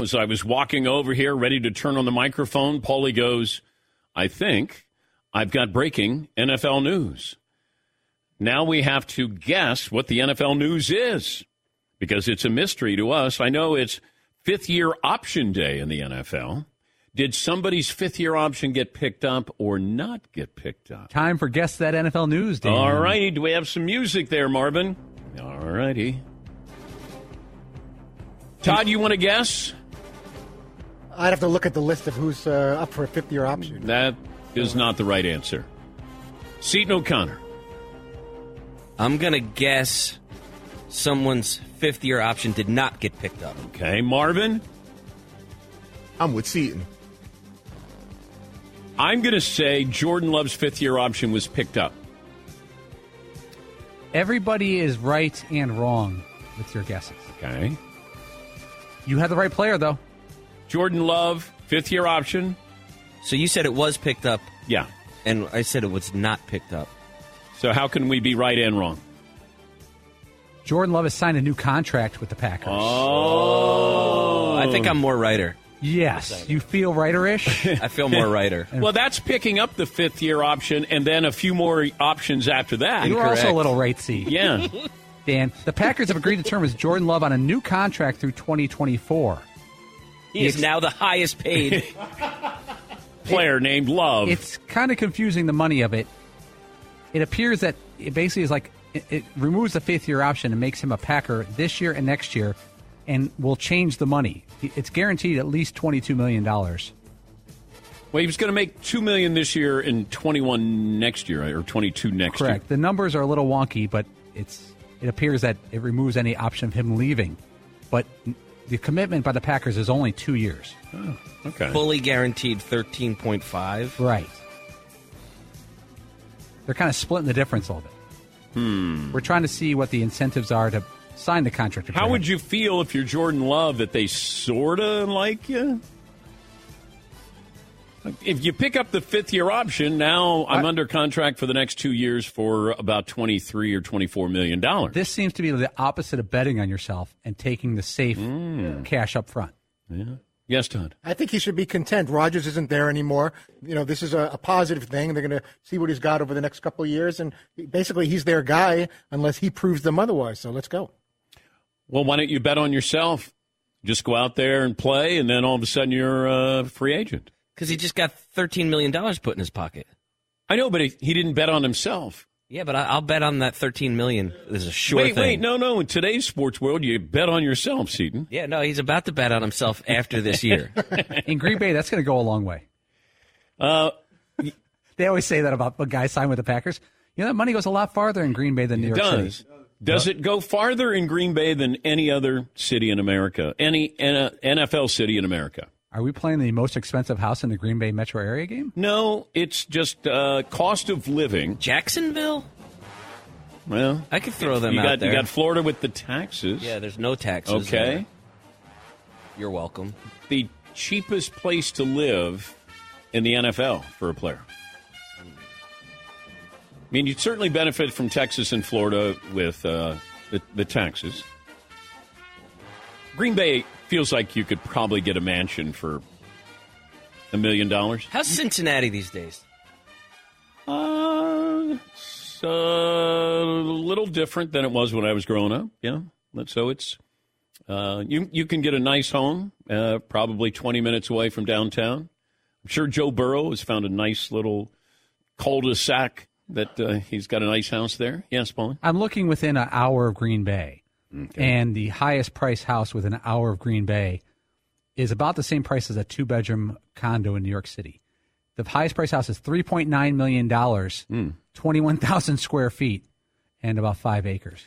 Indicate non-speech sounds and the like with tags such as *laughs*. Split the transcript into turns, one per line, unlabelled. As I was walking over here, ready to turn on the microphone, Paulie goes, I think I've got breaking NFL news. Now we have to guess what the NFL news is because it's a mystery to us. I know it's fifth year option day in the NFL. Did somebody's fifth year option get picked up or not get picked up?
Time for Guess That NFL News, Dan.
All righty. Do we have some music there, Marvin? All righty. Todd, you want to guess?
I'd have to look at the list of who's uh, up for a fifth year option.
That is not the right answer. Seton O'Connor.
I'm going to guess someone's fifth year option did not get picked up.
Okay, Marvin.
I'm with Seaton.
I'm going to say Jordan Love's fifth year option was picked up.
Everybody is right and wrong with your guesses.
Okay.
You had the right player, though.
Jordan Love, fifth year option.
So you said it was picked up,
Yeah.
and I said it was not picked up.
So how can we be right and wrong?
Jordan Love has signed a new contract with the Packers.
Oh.
I think I'm more writer.
yes. You feel
*laughs*
writerish?
I feel more writer.
Well, that's picking up the fifth year option and then a few more options after that.
you were also a
Incorrect.
little rightsy,
Yeah.
Dan. The Packers have agreed to term with Jordan Love on a new contract through 2024.
He is now the highest paid.
*laughs* Player named Love.
It's kind of confusing the money of it. It appears that it basically is like it, it removes the fifth year option and makes him a Packer this year and next year, and will change the money. It's guaranteed at least twenty two million dollars.
Well, he was going to make two million this year and twenty-one next year, or twenty-two next
Correct. The numbers are a little wonky, but it's it appears that it removes any option of him leaving. But the commitment by the Packers is only two years.
year. Okay.
fully guaranteed 13.5.
Right. They're kind of splitting the difference a little bit. Hmm. We're trying to see what the incentives are to sign the contract.
How would you feel if you're Jordan Love that they sorta like you? If you pick up the fifth year option, now I'm
I-
under contract for the next two years for about twenty three or twenty four million dollars.
This seems to be the opposite of betting on yourself and taking the safe cash
*laughs*
up front.
yes, Todd.
I think he should be content. Rogers isn't there anymore. You know, this is a, a positive thing. They're going to see what he's got over the next couple of years, and basically, he's their guy unless he proves them otherwise. So let's go.
Well, why don't you bet on yourself? Just go out there and play, and then all of a sudden you're a free agent.
Because he just got $13 million put in his pocket.
I know, but he, he didn't bet on himself.
Yeah, but I, I'll bet on that $13 million. This is a sure
wait,
thing.
wait, no, no. In today's sports world, you bet on yourself, Seaton.
Yeah, no, he's about to bet on himself
*laughs*
after this year.
In Green Bay, that's going to go a long way.
Uh,
They always say that about a guy signed with the Packers. You know, that money goes a lot farther in Green Bay than New York
does
City.
does it go farther in Green Bay than any other city in America? Any N- NFL city in America?
Are we playing the most expensive house in the Green Bay metro area game?
No, it's just uh, cost of living.
Jacksonville?
Well,
I could throw them
you
out
got
there.
you got Florida with the taxes.
yeah, there's no taxes.
okay.
there. You're welcome.
The cheapest place to live in the NFL for a player. I mean, you'd certainly benefit from Texas and Florida with uh, the, the taxes. Green Bay feels like you could probably get a mansion for a million dollars.
How's Cincinnati these days?
Uh, it's uh, a little different than it was when I was growing up. Yeah, But so it's uh, you you can get a nice home, uh, probably twenty minutes away from downtown. I'm sure Joe Burrow has found a nice little cul-de-sac that uh, he's got a nice house there. Yes, Paul.
I'm looking within an hour of Green Bay, and the highest price house within an hour of Green Bay is about the same price as a two bedroom condo in New York City. The highest price house is three point nine million dollars, twenty one thousand square feet, and about five acres.